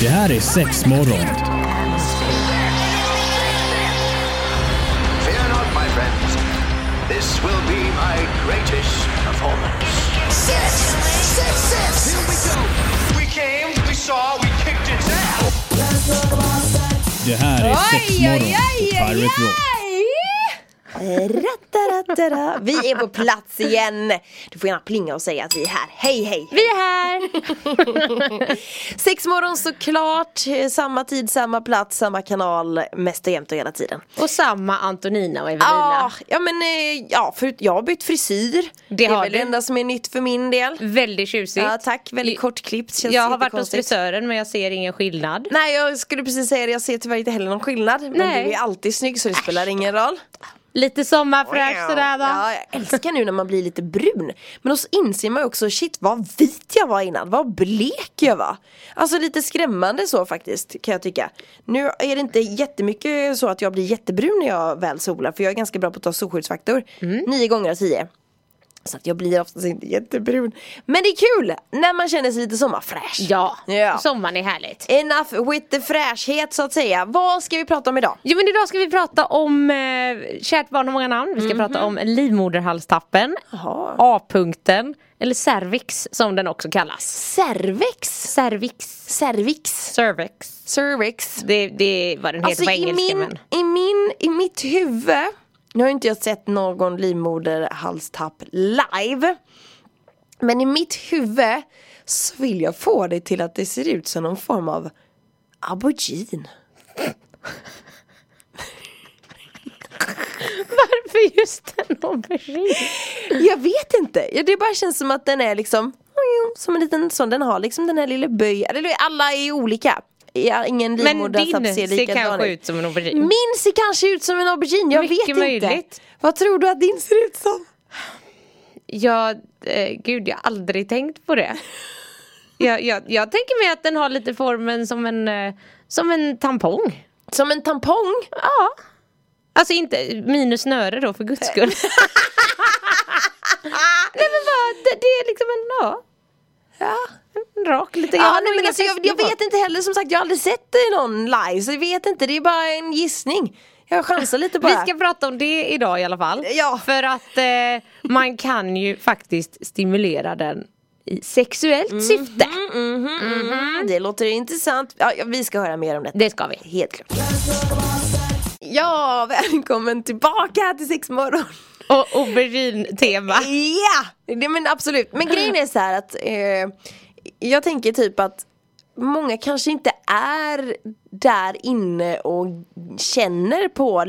Det här är sex morgon. Fear not, my friends. This will be my greatest performance. Six, six, six. Here we go. We came, we saw, we kicked its ass. Det här är sex Oj, morgon. oj, oj, på Pirate oj, Rock. oj! Rattarattara. Vi är på plats igen. Du får gärna plinga och säga att vi är här. Hej hej! Vi är här! Sex morgon såklart. Samma tid, samma plats, samma kanal. Mest och jämt och hela tiden. Och samma Antonina och Evelina. Ja, ja men eh, ja, för jag har bytt frisyr. Det, är har väl du. det enda som är nytt för min del. Väldigt tjusigt. Ja, tack, väldigt I- kortklippt. Känns Jag har varit hos jättekonstigt. frisören men jag ser ingen skillnad. Nej jag skulle precis säga det, jag ser tyvärr inte heller någon skillnad. Men Nej. du är alltid snygg så det spelar ingen roll. Lite sommarfräsch sådär va? Ja, jag älskar nu när man blir lite brun. Men då så inser man ju också, shit vad vit jag var innan, vad blek jag var. Alltså lite skrämmande så faktiskt kan jag tycka. Nu är det inte jättemycket så att jag blir jättebrun när jag väl solar för jag är ganska bra på att ta solskyddsfaktor. Mm. Nio gånger av tio. Så att jag blir oftast inte jättebrun. Men det är kul när man känner sig lite sommarfräsch. Ja, Ja. sommaren är härligt. Enough with the fräschhet så att säga. Vad ska vi prata om idag? Jo men idag ska vi prata om eh, kärt barn har många namn. Vi ska prata om livmoderhalstappen, Mhm. Jaha. A-punkten eller cervix som den också kallas. Cervix. Cervix. Cervix. Cervix. Cervix. Det, det är vad den heter Alltså på i, engelska min, men. i, min, i mitt huvud Nu har inte jag sett någon livmoderhalstapp live Men i mitt huvud så vill jag få det till att det ser ut som någon form av aubergine Varför just en aubergine? Jag vet inte, Ja, det bara känns som att den är liksom Som en liten sån, den har liksom den här lilla böj Eller alla är olika Ja, Ingen Men livmoderhalstapp din ser ser likadan kanske ut ut som en aubergine. Min ser kanske ut som en aubergine, jag Mycket vet inte möjligt. Vad tror du att din ser ut som? Jag, eh, gud jag har aldrig tänkt på det. jag, jag, jag tänker mig att den har lite formen som en, eh, som en tampong. Som en tampong? Ja. Alltså inte minus snöre då för guds skull. Nej men vad, det, det är liksom en, ja, Ja. en rak lite. Ja, har nog nej, men inga alltså, jag, tester jag på. vet inte heller, som sagt jag har aldrig sett eh, någon live så jag vet inte, det är bara en gissning Jag chansar lite bara Vi ska prata om det idag i alla fall. Ja. För att eh, man kan ju faktiskt stimulera den i sexuellt Mhm. syfte. mm, Det låter intressant, ja, ja, vi ska höra mer om detta Det ska vi. Helt klart Ja, välkommen tillbaka till sexmorgon Och aubergine-tema. Ja! Det, men absolut, men grejen är så här att eh, Jag tänker typ att Många kanske inte är där inne och känner på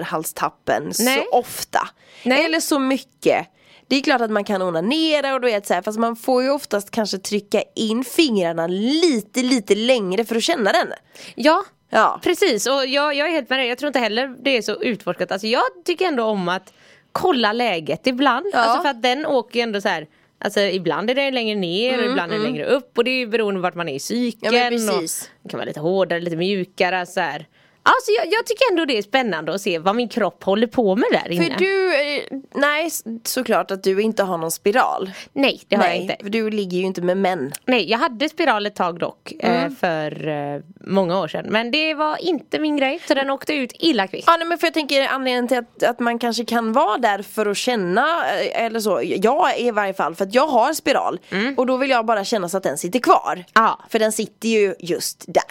livmoderhalstappen Nej. så ofta Nej. Eller så mycket Det är klart att man kan onanera och du vet så här, fast man får ju oftast kanske trycka in fingrarna lite lite längre för att känna den Ja, Ja, precis. Och jag, jag är helt med dig. Jag tror inte heller det är så utforskat. Alltså jag tycker ändå om att kolla läget ibland. Ja. Alltså för att den åker ju ändå så här. Alltså ibland är den längre ner och ibland är den längre upp. Och det är ju beroende vart man är i Mm, Ja, cykeln. men och precis. den kan vara lite hårdare, lite mjukare. Så här. Alltså jag, jag tycker ändå det är spännande att se vad min kropp håller på med där inne. för du, eh, nej s- såklart att du inte har någon spiral Nej, det har Nej, jag inte. för du ligger ju inte med män Nej, jag hade spiral ett tag dock. Mm. Eh, för eh, många år sedan. Men det var inte min grej. Så den åkte ut illa kvickt. Ja nej, men för jag tänker anledningen till att, att man kanske kan vara där för att känna eh, eller så Jag är i varje fall för att jag har spiral och då vill jag bara känna så att den sitter kvar Ja. För den sitter ju just där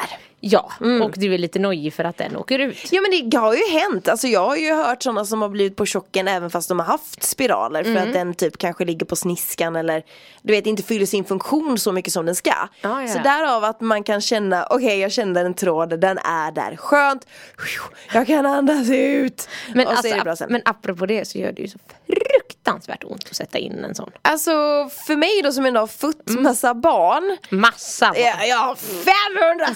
Ja, och du är lite nojig för att den åker Mm. ut. Ja men det har ju hänt, alltså jag har ju hört sådana som har blivit på chocken även fast de har haft spiraler för att den typ kanske ligger på sniskan eller du vet inte fyller sin funktion så mycket som den ska. ja, ja. Så därav att man kan känna, okej jag kände en tråd, den är där, skönt, jag kan andas ut. Men, och så alltså, är det bra ap- sen. men apropå det så gör det ju så fruktansvärt ont att sätta in en sån. Alltså för mig då som ändå har fött massa barn Massa barn. Mm. Ja, jag har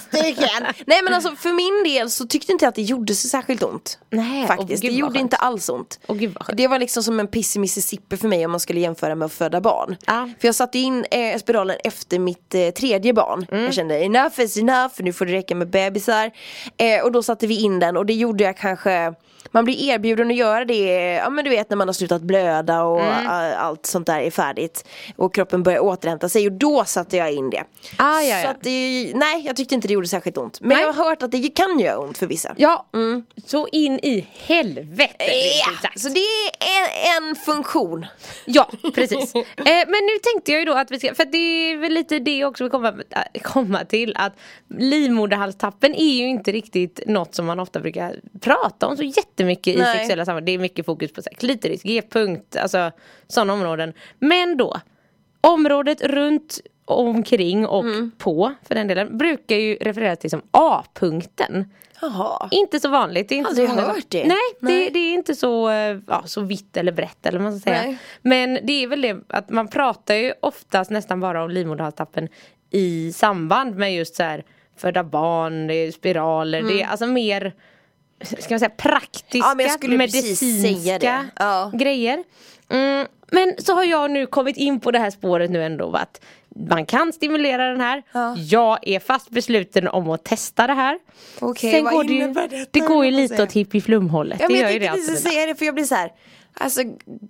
500 stycken! Nej men alltså för min del så tyckte inte jag att det gjorde så särskilt ont Nej, åh, Faktiskt, gud, det vad gjorde skönt. inte alls ont Åh, gud, vad skönt. Det var liksom som en piss i Mississippi för mig om man skulle jämföra med att föda barn Ja. För jag satte in eh, spiralen efter mitt eh, tredje barn Mm. Jag kände enough is enough, nu får det räcka med bebisar eh, Och då satte vi in den och det gjorde jag kanske man blir erbjuden att göra det, ja men du vet när man har slutat blöda och Mm. eh, allt sånt där är färdigt och kroppen börjar återhämta sig och då satte jag in det. Ah, ja, Så ja. att det, nej jag tyckte inte det gjorde särskilt ont. Men Nej. jag har hört att det kan göra ont för vissa. Ja, så in i helvete. rent ut Mm. Ja, sagt. så det är en, en funktion. Ja, precis. eh, men nu tänkte jag ju då att vi ska, för det är väl lite det också vi kommer äh, komma till att livmoderhalstappen är ju inte riktigt något som man ofta brukar prata om så jättemycket Nej. i sexuella sammanhang. Det är mycket fokus på så här, klitoris, g-punkt, alltså sådana områden. Men då, området runt omkring och på för den delen brukar ju refereras till som A-punkten. Jaha. Inte så vanligt. Det är inte Aldrig så många hört som- det. Nej, Nej. Det, det är inte så, eh, ja, så vitt eller brett eller vad man ska säga. Nej. Men det är väl det att man pratar ju oftast nästan bara om livmoderhalstappen i samband med just så här föda barn, det är spiraler, det är alltså mer ska man säga, praktiska, Mm. Ja, men jag skulle precis säga medicinska det. Ja. grejer. Mm, men så har jag nu kommit in på det här spåret nu ändå va, att man kan stimulera den här. Ja. Jag är fast besluten om att testa det här. Okej, Sen vad går det, ju, innebär detta, det går ju höll jag på att lite säga. åt hippiflumhållet. Ja, det men gör jag ju det tänkte precis alltid. säga det för jag blir så här. Alltså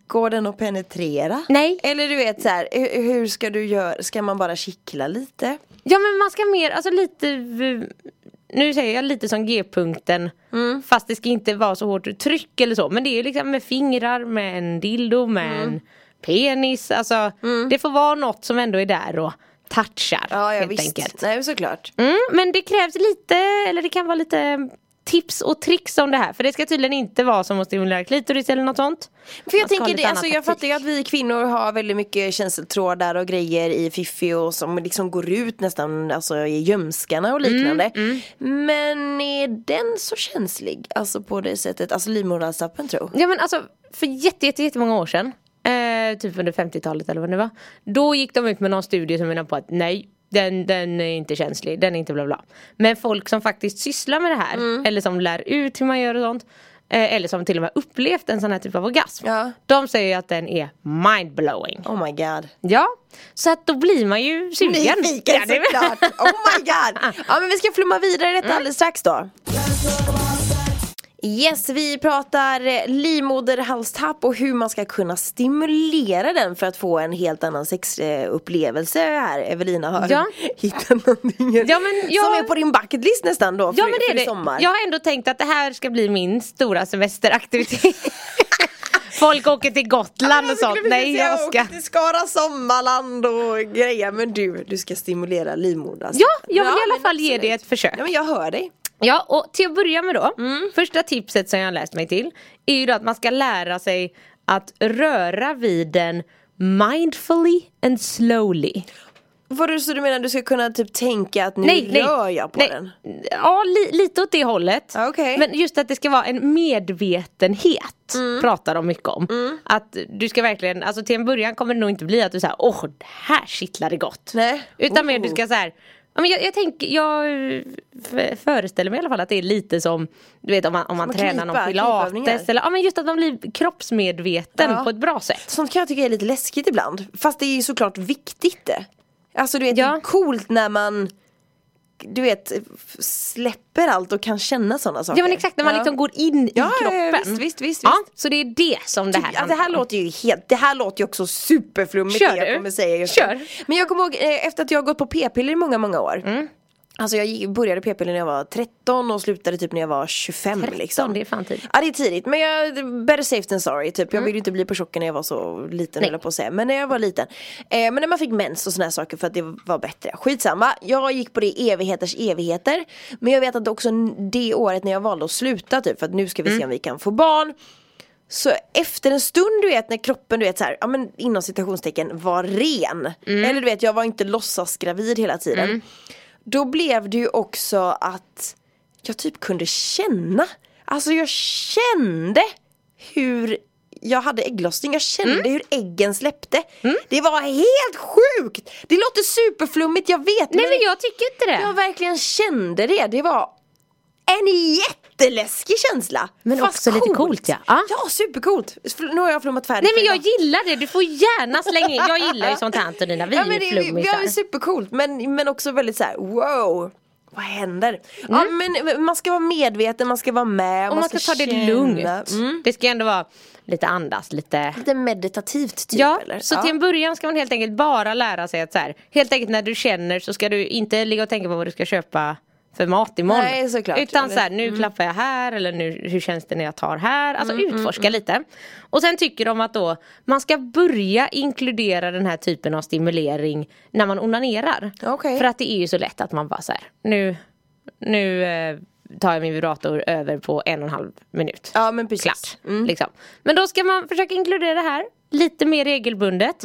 går den att penetrera? Nej. Eller du vet så här, hur, hur ska du göra? Ska man bara kittla lite? Ja men man ska mer, alltså lite v- Nu säger jag lite som G-punkten Mm. Fast det ska inte vara så hårt tryck eller så Men det är liksom med fingrar, med en dildo, med Mm. en penis Alltså det får vara något som ändå är där och touchar Ja, ja helt visst. enkelt Nej, men såklart. Mm, men det krävs lite, eller det kan vara lite tips och tricks om det här. För det ska tydligen inte vara som att stimulera klitoris eller något sånt. För jag Man ska tänker ha lite det, annan alltså jag taktik. fattar ju att vi kvinnor har väldigt mycket känseltrådar och grejer i fiffi och som liksom går ut nästan alltså, i gömskarna och Mm, liknande. Men är den så känslig? Alltså på det sättet, alltså livmoderhalstappen tror Ja men alltså för jätte, jätte, jättemånga år sedan eh, Typ under 50-talet eller vad det var Då gick de ut med någon studie som menade på att nej den, den är inte känslig, den är inte bla bla Men folk som faktiskt sysslar med det här Eller som lär ut hur man gör och sånt eh, Eller som till och med upplevt en sån här typ av orgasm Ja. De säger ju att den är mindblowing Oh my god. Ja, så att då blir man ju sugen Nyfiken Ja, det är- såklart. Oh my god. Ja men vi ska flumma vidare i detta Mm. alldeles strax då. Yes, vi pratar eh, livmoderhalstapp och hur man ska kunna stimulera den för att få en helt annan sexupplevelse här. Evelina har Ja. hittat någonting Ja, men jag- som är på din bucketlist nästan då för, Ja men det för är sommar. det. Jag har ändå tänkt att det här ska bli min stora semesteraktivitet. Folk åker till Gotland och sånt. Nej jag ska. åkte till Skara Sommarland och grejer men du, du ska stimulera livmodern. alltså. Ja, jag vill i alla men fall ge det absolut. ett försök. Ja Mm. men jag hör dig. Ja, och till att börja med då. Första tipset som jag har läst mig till är ju då att man ska lära sig att röra vid den mindfully and slowly. Vadå så du menar du ska kunna typ tänka att nu rör jag på den? Ja, li, lite åt det hållet. Ja, okej. Men just att det ska vara en medvetenhet Mm. pratar de mycket om. Att du ska verkligen, alltså till en början kommer det nog inte bli att du säger åh, det här kittlade gott. Nej. Utan mer Oh. du ska så här Ja, men jag, jag, tänker, jag eh, f- föreställer mig i alla fall att det är lite som Du vet om man, om man att tränar någon knipa, knipövningar. pilates eller ja, men just att man blir kroppsmedveten Ja. på ett bra sätt Sånt kan jag tycka är lite läskigt ibland. Fast det är ju såklart viktigt det. Alltså du vet, det Ja. är coolt när man du vet, f- släpper allt och kan känna sådana saker. Ja men exakt, när man Ja. liksom går in Ja, i ja, kroppen ja, visst, visst, visst, Ja, visst. Så det är det som det här Ja, Typ, alltså, det här handlar om. låter ju helt, det här låter ju också superflummigt Kör det jag du. kommer säga just Kör. Mm. nu. Men jag kommer ihåg eh, efter att jag har gått på p-piller i många, många år. Alltså jag gick- började p-piller när jag var 13 och slutade typ när jag var 25 13, liksom. det är fan tidigt. Mm. Ja det är tidigt men jag, better safe than sorry typ. Jag ville ju inte bli på chocken när jag var så liten Nej. höll jag på att säga. Men när jag var liten. Eh, men när man fick mens och sådana här saker för att det var bättre. Skitsamma, jag gick på det i evigheters evigheter. Men jag vet att också n- det året när jag valde att sluta typ för att nu ska vi Mm. se om vi kan få barn. Så efter en stund du vet när kroppen du vet så här, ja men inom citationstecken var ren. Mm. Eller du vet jag var inte låtsasgravid hela tiden. Då blev det ju också att jag typ kunde känna. Alltså jag kände hur jag hade ägglossning, jag kände Mm. hur äggen släppte. Det var helt sjukt! Det låter superflummigt, jag vet Nej men jag tycker inte det. jag verkligen kände det. Det var en jätteläskig känsla. Men också lite coolt, ja. Ja. Ja, supercoolt. Nu har jag flummat färdigt. Nej men för jag idag. gillar det, du får gärna slänga in. Jag gillar ju sånt här Antonina, vi ja, är men ju det, ja, flummisar. men supercoolt men, men också väldigt så här: wow. Vad händer? Ja men man ska vara medveten, man ska vara med Om Mm. man ska, ta det känna. lugnt. Mm. Det ska ändå vara lite andas, lite Lite meditativt typ Ja, eller? så till en början ska man helt enkelt bara lära sig att så här, helt enkelt när du känner så ska du inte ligga och tänka på vad du ska köpa för mat imorgon. Nej, såklart. mm. Utan Eller- så här, nu klappar jag här eller nu, hur känns det när jag tar här? Alltså Mm, utforska lite. Och sen tycker de att då man ska börja inkludera den här typen av stimulering när man onanerar. Okej. För att det är ju så lätt att man bara så här, nu, nu eh, tar jag min vibrator över på en och en halv minut Ja men precis. klart. Mm. Liksom. Men då ska man försöka inkludera det här lite mer regelbundet.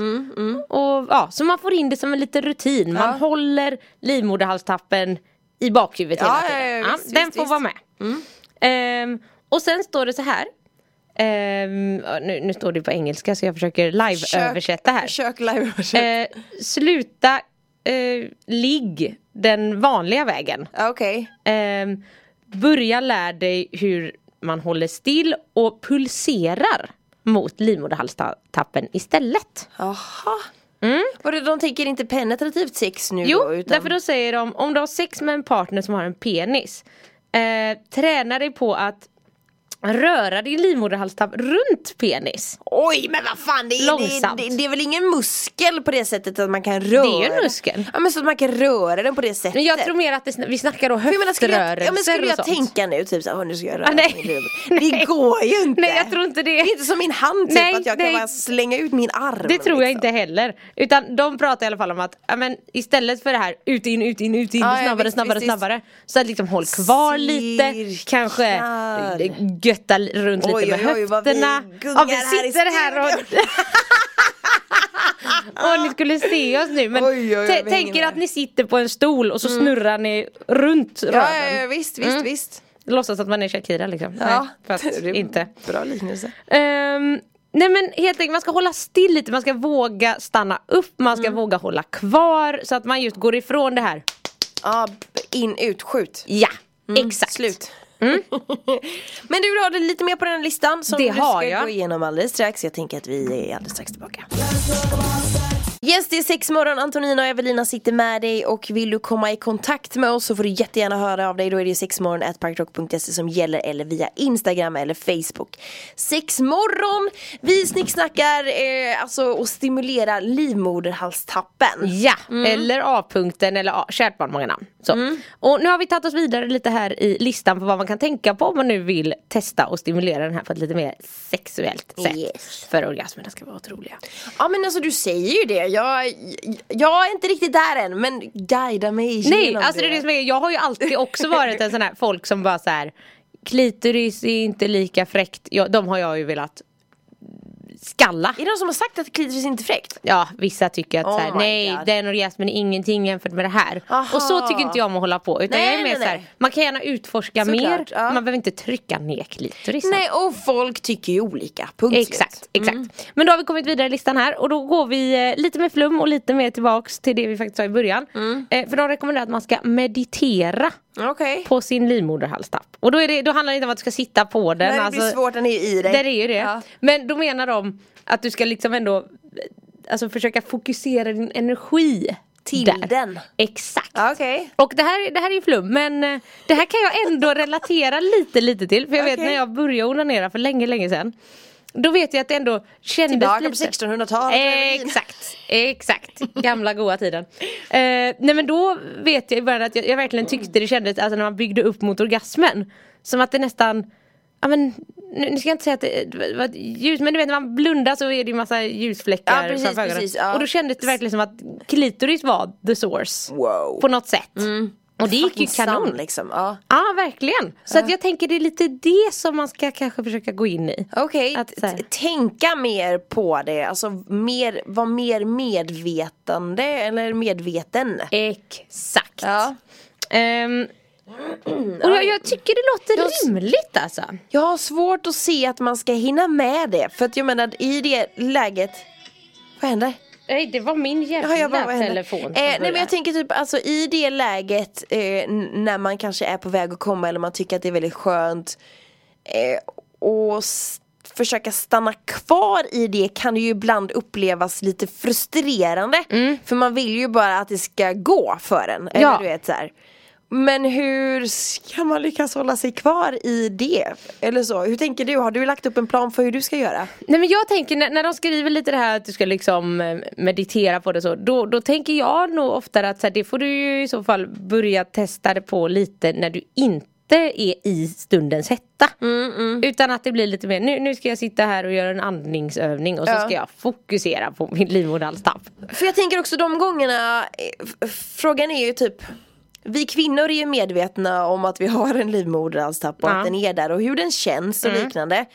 Och, ja, så man får in det som en liten rutin. Man Mm, Ja. håller livmoderhalstappen i bakhuvudet Ja, hela ja, ja, tiden. visst, den visst, får visst. Mm. vara med. Ehm, och sen står det så här. Ehm, ja, nu, nu står det på engelska så jag försöker Försök- live-översätta här. Försök live-översätta. Eh, sluta eh, ligg den vanliga vägen. Ja, Okej. Ehm, börja lära dig hur man håller still och pulserar mot livmoderhalstappen istället. Jaha. Och det- de tänker inte penetrativt sex nu Mm. Jo, då, utan... därför då säger de om du har sex med en partner som har en penis eh, träna dig på att röra din livmoderhalstapp runt penis. Oj men vad fan det är, Långsamt. det, det, det är väl ingen muskel på det sättet att man kan röra Det är ju en muskel. Ja men så att man kan röra den på det sättet Men jag tror mer att det, vi snackar då För jag menar, skulle jag, höftrörelser ja, men skulle och jag sånt. tänka nu typ såhär, nu ska jag röra Ah, nej. min röv. Det Nej. går ju inte! Nej jag tror inte det. Det är inte som min hand typ Nej, att jag kan nej. bara slänga ut min arm Det tror jag liksom. inte heller. Utan de pratar i alla fall om att ja, men istället för det här ut in, ut in, ut in, Ja, ja, snabbare, visst, snabbare, visst, snabbare. Så att liksom håll kvar lite, Cirklar. kanske eh, götta l- runt Oj, lite med oj, oj, vad vi höfterna. gungar ja, vi här i sitter här och... Åh ni skulle se oss nu men Oj, oj, oj, vi hänger tä- tänk er med. att ni sitter på en stol och så snurrar ni runt Ja, ja, röven. ja visst, visst, visst. Låtsas att man är Shakira liksom. Ja, Mm. Nej, fast det är inte. Bra liknelse. Ehm, nej men helt enkelt, man ska hålla still lite, man ska våga stanna upp, man Mm. ska våga hålla kvar så att man just går ifrån det här. Ja, b- in, ut, skjut. Ja, exakt. Mm, Mm. Slut. Men du, du har det lite mer på den här listan som Det du har ska jag. gå igenom alldeles strax. Jag tänker att vi är alldeles strax tillbaka. Yes, det är sex morgon. Antonina och Evelina sitter med dig och vill du komma i kontakt med oss så får du jättegärna höra av dig. Då är det sexmorgon.parkrock.se som gäller eller via Instagram eller Facebook. Sexmorgon! Vi snicksnackar eh, alltså och stimulerar livmoderhalstappen. Ja, eller A-punkten eller A- kärt barn många namn. Så. Mm. Och nu har vi tagit oss vidare lite här i listan på vad man kan tänka på om man nu vill testa och stimulera den här på ett lite mer sexuellt sätt. Yes. För orgasmerna ska vara otroliga. Ja men alltså du säger ju det, jag, jag är inte riktigt där än men guida mig Nej, genom alltså det är det som är, jag har ju alltid också varit en sån här folk som bara så här Klitoris är inte lika fräckt, jag, de har jag ju velat skalla. Är det någon som har sagt att klitoris inte är fräckt? Ja, vissa tycker att Oh så här, my nej, God. den orgasmen är ingenting jämfört med det här. Aha. Och så tycker inte jag om att hålla på. Utan Nej, jag är mer nej, så här, nej. man kan gärna utforska Såklart, mer, ja. man behöver inte trycka ner klitoris. Nej Mm. och folk tycker ju olika, punkt slut. Exakt, exakt. Men då har vi kommit vidare i listan här och då går vi eh, lite mer flum och lite mer tillbaks till det vi faktiskt sa i början. Mm. Eh, för de rekommenderar att man ska meditera Okej. på sin livmoderhalstapp. Och då, är det, då handlar det inte om att du ska sitta på den. Nej det alltså, blir svårt, den är ju i dig. Där är ju det. Ja. Men då menar de att du ska liksom ändå eh, alltså, försöka fokusera din energi Till där. den. Exakt. Ja, Okej. Och det här, det här är ju flum men eh, det här kan jag ändå relatera lite lite till för jag vet Okej. när jag började onanera för länge länge sedan då vet jag att det ändå kändes Tillbaka på lite 1600-talet. Eh, Exakt, exakt. Gamla goa tiden. Eh, nej men då vet jag i början att jag, jag verkligen tyckte det kändes, alltså när man byggde upp mot orgasmen, som att det nästan Ja men, nu, nu ska jag inte säga att det, det var ett ljus, men du vet när man blundar så är det ju massa ljusfläckar Ja, precis, framför ögonen. precis, ja. Och då kändes det verkligen som att klitoris var the source. Wow. Mm. På något sätt. Och det gick ju Fucking kanon. sann, liksom. Ja. Ja verkligen. Så att jag tänker det är lite det som man ska kanske försöka gå in i. Okej, Att så här- t- tänka mer på det, alltså mer, vara mer medvetande eller medveten. Exakt. Ja. Ehm, och jag, jag tycker det låter rimligt alltså. Jag har svårt att se att man ska hinna med det, för att jag menar i det läget Vad händer? Nej det var min jävla Ja, jag bara, vad händer? telefon. som Eh, nej men börjar. jag tänker typ alltså i det läget eh, n- när man kanske är på väg att komma eller man tycker att det är väldigt skönt eh, och s- försöka stanna kvar i det kan ju ibland upplevas lite frustrerande för man vill ju bara att det ska gå för en. Eller Mm. Ja. du vet så här. Men hur ska man lyckas hålla sig kvar i det? Eller så, hur tänker du? Har du lagt upp en plan för hur du ska göra? Nej men jag tänker när, när de skriver lite det här att du ska liksom eh, meditera på det så då, då tänker jag nog oftare att så här, det får du ju i så fall börja testa det på lite när du inte är i stundens hetta. Utan att det blir lite mer, nu, nu ska jag sitta här och göra en andningsövning och så Ja. ska jag fokusera på min livmoderhalstapp. För jag tänker också de gångerna, eh, f- f- frågan är ju typ vi kvinnor är ju medvetna om att vi har en livmoderhalstapp och Ja. Mm. att den är där och hur den känns och liknande.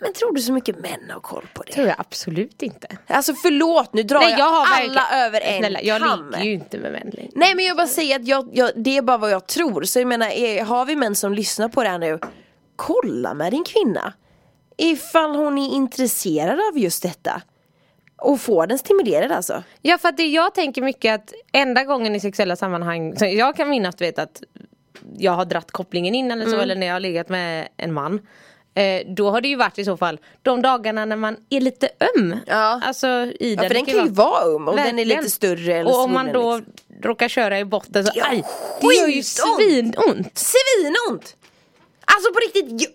Men tror du så mycket män har koll på det? tror jag absolut inte. Alltså förlåt, nu drar Nej, jag jag har verkligen- alla över en Snälla, jag kam. ligger ju inte med män längre. Nej men jag bara säger att jag, jag, det är bara vad jag tror. Så jag menar, är, har vi män som lyssnar på det här nu, kolla med din kvinna. Ifall hon är intresserad av just detta. Och får den stimulerad alltså. Ja för att det jag tänker mycket att enda gången i sexuella sammanhang så Jag kan minnas du vet att Jag har dratt kopplingen in eller så Mm. eller när jag har legat med en man eh, Då har det ju varit i så fall de dagarna när man är lite öm Ja. Alltså i Ja, för den kan ju vara um och den är Verkligen. lite större eller Och om man svullen, då liksom. råkar köra i botten så Ja, aj, det gör ju skitont! svinont Svinont! Alltså på riktigt, ju-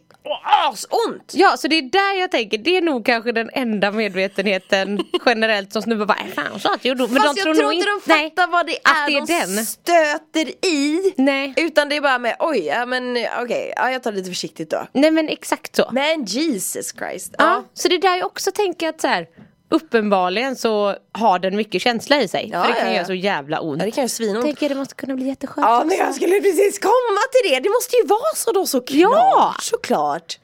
asont! Ja så det är där jag tänker, det är nog kanske den enda medvetenheten generellt som snubbar bara "Äh, fan så att jag gjorde ont." Fast jag tror, inte de nej, fattar vad det att är, det är de den. stöter i. Nej. Utan det är bara med oj, ja men okej, ja, jag tar det lite försiktigt då. Nej men exakt så Men Jesus Christ. Ja. så det är där jag också tänker att så här, uppenbarligen så har den mycket känsla i sig. Ja, för det kan ja, ja. göra så jävla ont. Ja, det kan ju svinont. tänker det måste kunna bli jätteskönt. Ja men jag skulle precis komma till det, det måste ju vara så då såklart! Ja. Såklart!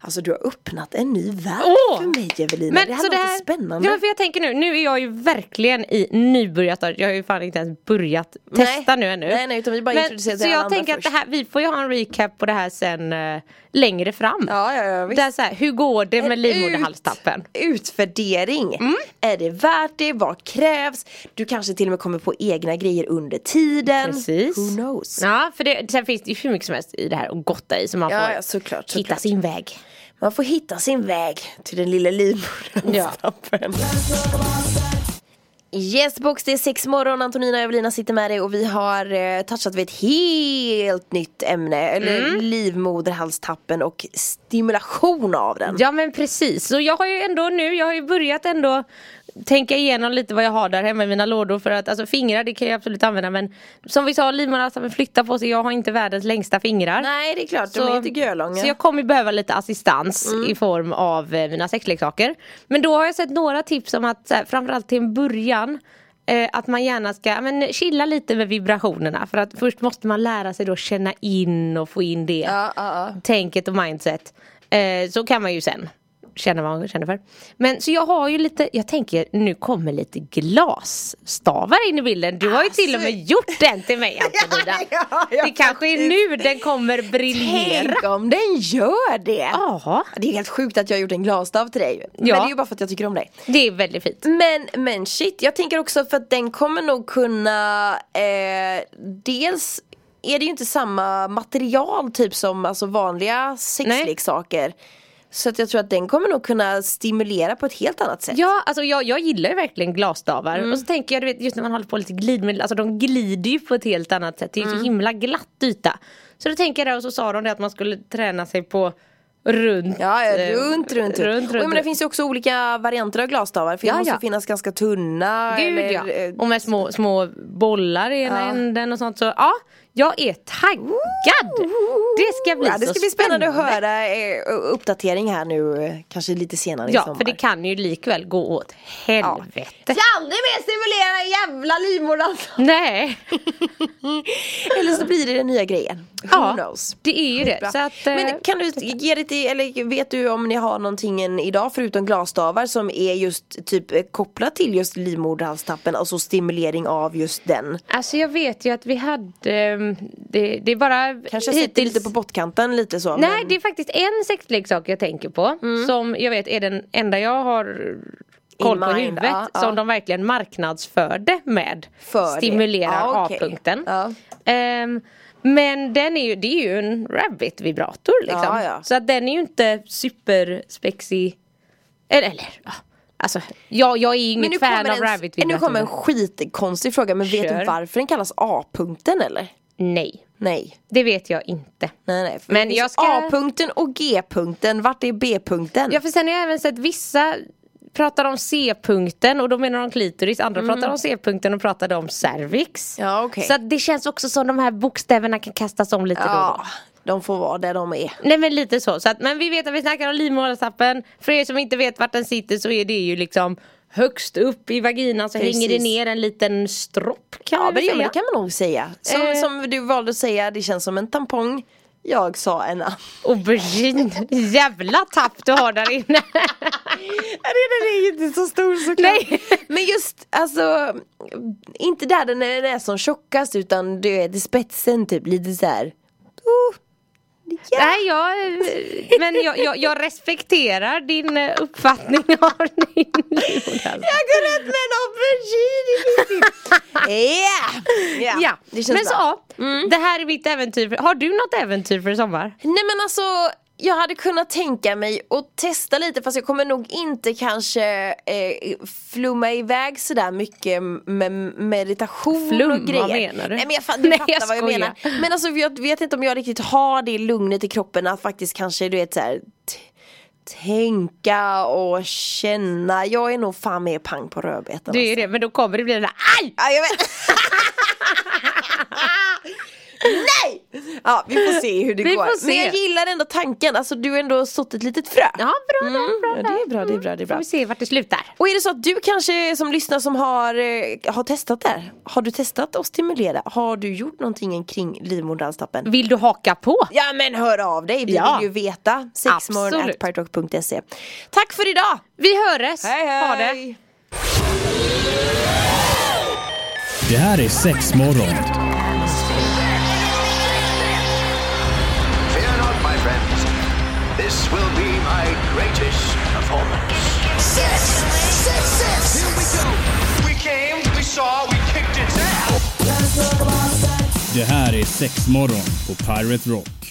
Alltså du har öppnat en ny värld Åh! för mig Evelina, det här så låter spännande. Ja, men för jag tänker nu, nu är jag ju verkligen i nybörjarstadiet. Jag har ju fan inte ens börjat testa nu ännu. Nej, nej, utan vi bara men, introducerar Så till alla jag andra tänker att det först. här, vi får ju ha en recap på det här sen eh, längre fram. Ja, ja, ja, visst. Där så här, hur går det med En livmoderhalstappen? Ut, utvärdering. Mm. Är det värt det? Vad krävs? Du kanske till och med kommer på egna grejer under tiden. Precis. Who knows? Ja, för det, sen finns det ju hur mycket som helst i det här och gotta i så man Ja, får ja, såklart, hitta såklart. sin väg. Man får hitta sin väg till den lilla livmoderhalstappen. Yes box, det är sex morgon, Antonina och Evelina sitter med dig och vi har eh, touchat vid ett helt nytt ämne, eller Mm. livmoderhalstappen och stimulation av den. Ja men precis, så jag har ju ändå nu, jag har ju börjat ändå tänka igenom lite vad jag har där hemma i mina lådor för att alltså fingrar det kan jag absolut använda men som vi sa livmoderhalstappen flyttar på sig, jag har inte världens längsta fingrar. Nej det är klart, de Så- är inte görlånga. Mm. Så jag kommer behöva lite assistans i form av eh, mina sexleksaker. Men då har jag sett några tips om att så här, framförallt till en början eh, att man gärna ska ja, men, chilla lite med vibrationerna för att först måste man lära sig då känna in och få in det Ja, ja, ja. tänket och mindset. Eh, så kan man ju sen känna vad man känner för. Men så jag har ju lite, jag tänker nu kommer lite glasstavar in i bilden. Du har ju till och med gjort den till mig Antonina. Alltså. Ja, ja, ja, det kanske är nu den kommer briljera. Tänk om den gör det! Ja, Det är helt sjukt att jag har gjort en glasstav till dig. Men Ja. det är ju bara för att jag tycker om dig. det är väldigt fint. Men, men shit, jag tänker också för att den kommer nog kunna eh, Dels är det ju inte samma material typ som alltså vanliga sexleksaker Så att jag tror att den kommer nog kunna stimulera på ett helt annat sätt Ja, alltså jag, jag gillar ju verkligen glasstavar. Mm. Och så tänker jag, du vet, just när man håller på lite glidmedel, alltså de glider ju på ett helt annat sätt. Det är ju så Mm. himla glatt yta. Så då tänker jag där och så sa de det att man skulle träna sig på runt. Ja, ja eh, runt, runt, runt. runt, och jag menar, det runt. finns ju också olika varianter av glasstavar för det Ja, måste ja. finnas ganska tunna Gud eller, ja. eh, Och med små, små bollar i ena Ja. änden och sånt. Så ja, jag är taggad! Det ska bli ja, Det så ska bli spännande att höra eh, uppdatering här nu eh, kanske lite senare i Ja, sommar för det kan ju likväl gå åt helvete. Ska aldrig mer stimulera jävla alltså. livmodern! Nej, Eller så blir det den nya grejen. Who ja, knows? det är ju det. Så att, eh, Men kan du ge det till, eller vet du om ni har någonting än idag förutom glasstavar som är just typ eh, kopplat till just livmoderhalstappen, alltså stimulering av just den? Alltså jag vet ju att vi hade, ehm, det, det är bara Kanske sitter lite på bottkanten lite så. Nej men- Mm. det är faktiskt en sexleksak jag tänker på som jag vet är den enda jag har koll på i mind, huvudet ja, ja. som de verkligen marknadsförde med För det. stimulerar Ja, okej. A-punkten. Ja. Ehm, men den är ju, det är ju en rabbit vibrator liksom. Ja, ja. Så att den är ju inte superspexig. Eller, eller ja. alltså jag, jag är ju Men inget nu fan av kommer, en, rabbit vibratorer. nu kommer en skitkonstig fråga, men vet Kör. du varför den kallas A-punkten eller? Nej, Nej. det vet jag inte. Nej, nej. För Men det jag finns ska- A-punkten och G-punkten, vart är B-punkten? Ja för sen har jag även sett vissa pratar om C-punkten och då menar de klitoris, andra pratar om C-punkten och pratar om cervix. Mm. Ja, okej. Så att det känns också som de här bokstäverna kan kastas om lite då och då. Ja, de får vara där de är. Nej men lite så, så att, men vi vet att vi snackar om livmodertappen För er som inte vet vart den sitter så är det ju liksom Högst upp i vaginan så Precis. hänger det ner en liten stropp Ja, kan men, man väl ja, säga. men det kan man nog säga. Som, Eh. som du valde att säga, det känns som en tampong. Jag sa en annan. Aubergine, jävla tapp du har där inne Den är ju inte så stor såklart. Nej. Men just, alltså, inte där den är, den är som tjockast utan du vet, i spetsen typ lite så här. Oh, ja. Nej jag, men jag, jag, jag respekterar din eh, uppfattning av din livmodertapp Jag går runt med en aubergine yeah. yeah! Ja, det känns men så, mm. bra. det här är mitt äventyr, för- har du något äventyr för sommar? Nej men alltså, jag hade kunnat tänka mig att testa lite fast jag kommer nog inte kanske eh, flumma iväg sådär mycket med meditation Flum, och vad grejer. menar du? Nej men jag, fa- du Nej, fattar jag vad jag skojar. menar. Men alltså jag vet inte om jag riktigt har det lugnet i kroppen att faktiskt kanske du vet såhär t- Tänka och känna, jag är nog fan mer pang på rödbetan alltså. Du är ju det, men då kommer det bli den där AJ! Ja, jag vet. Nej! Ja, vi får se hur det Vi går. får se. Men jag gillar ändå tanken. Alltså, du har ändå sått ett litet frö. Mm. Ja bra där, bra ja, där. det är bra, det är bra, det är bra. Får vi se vart det slutar Och är det så att du kanske som lyssnar som har, eh, har testat det här? Har du testat att stimulera? Har du gjort någonting kring livmoderhalstappen? Vill du haka på? Ja men hör av dig, vi Ja. vill ju veta. Absolut. Sexmorgon.se Tack för idag! Vi höres! Ha det! Det här är sex morgon. Fear not, my friends. This will be my greatest performance. Six, six, six. Here we go. We came, we saw, we kicked its ass. Det här är sex morgon på Pirate Rock.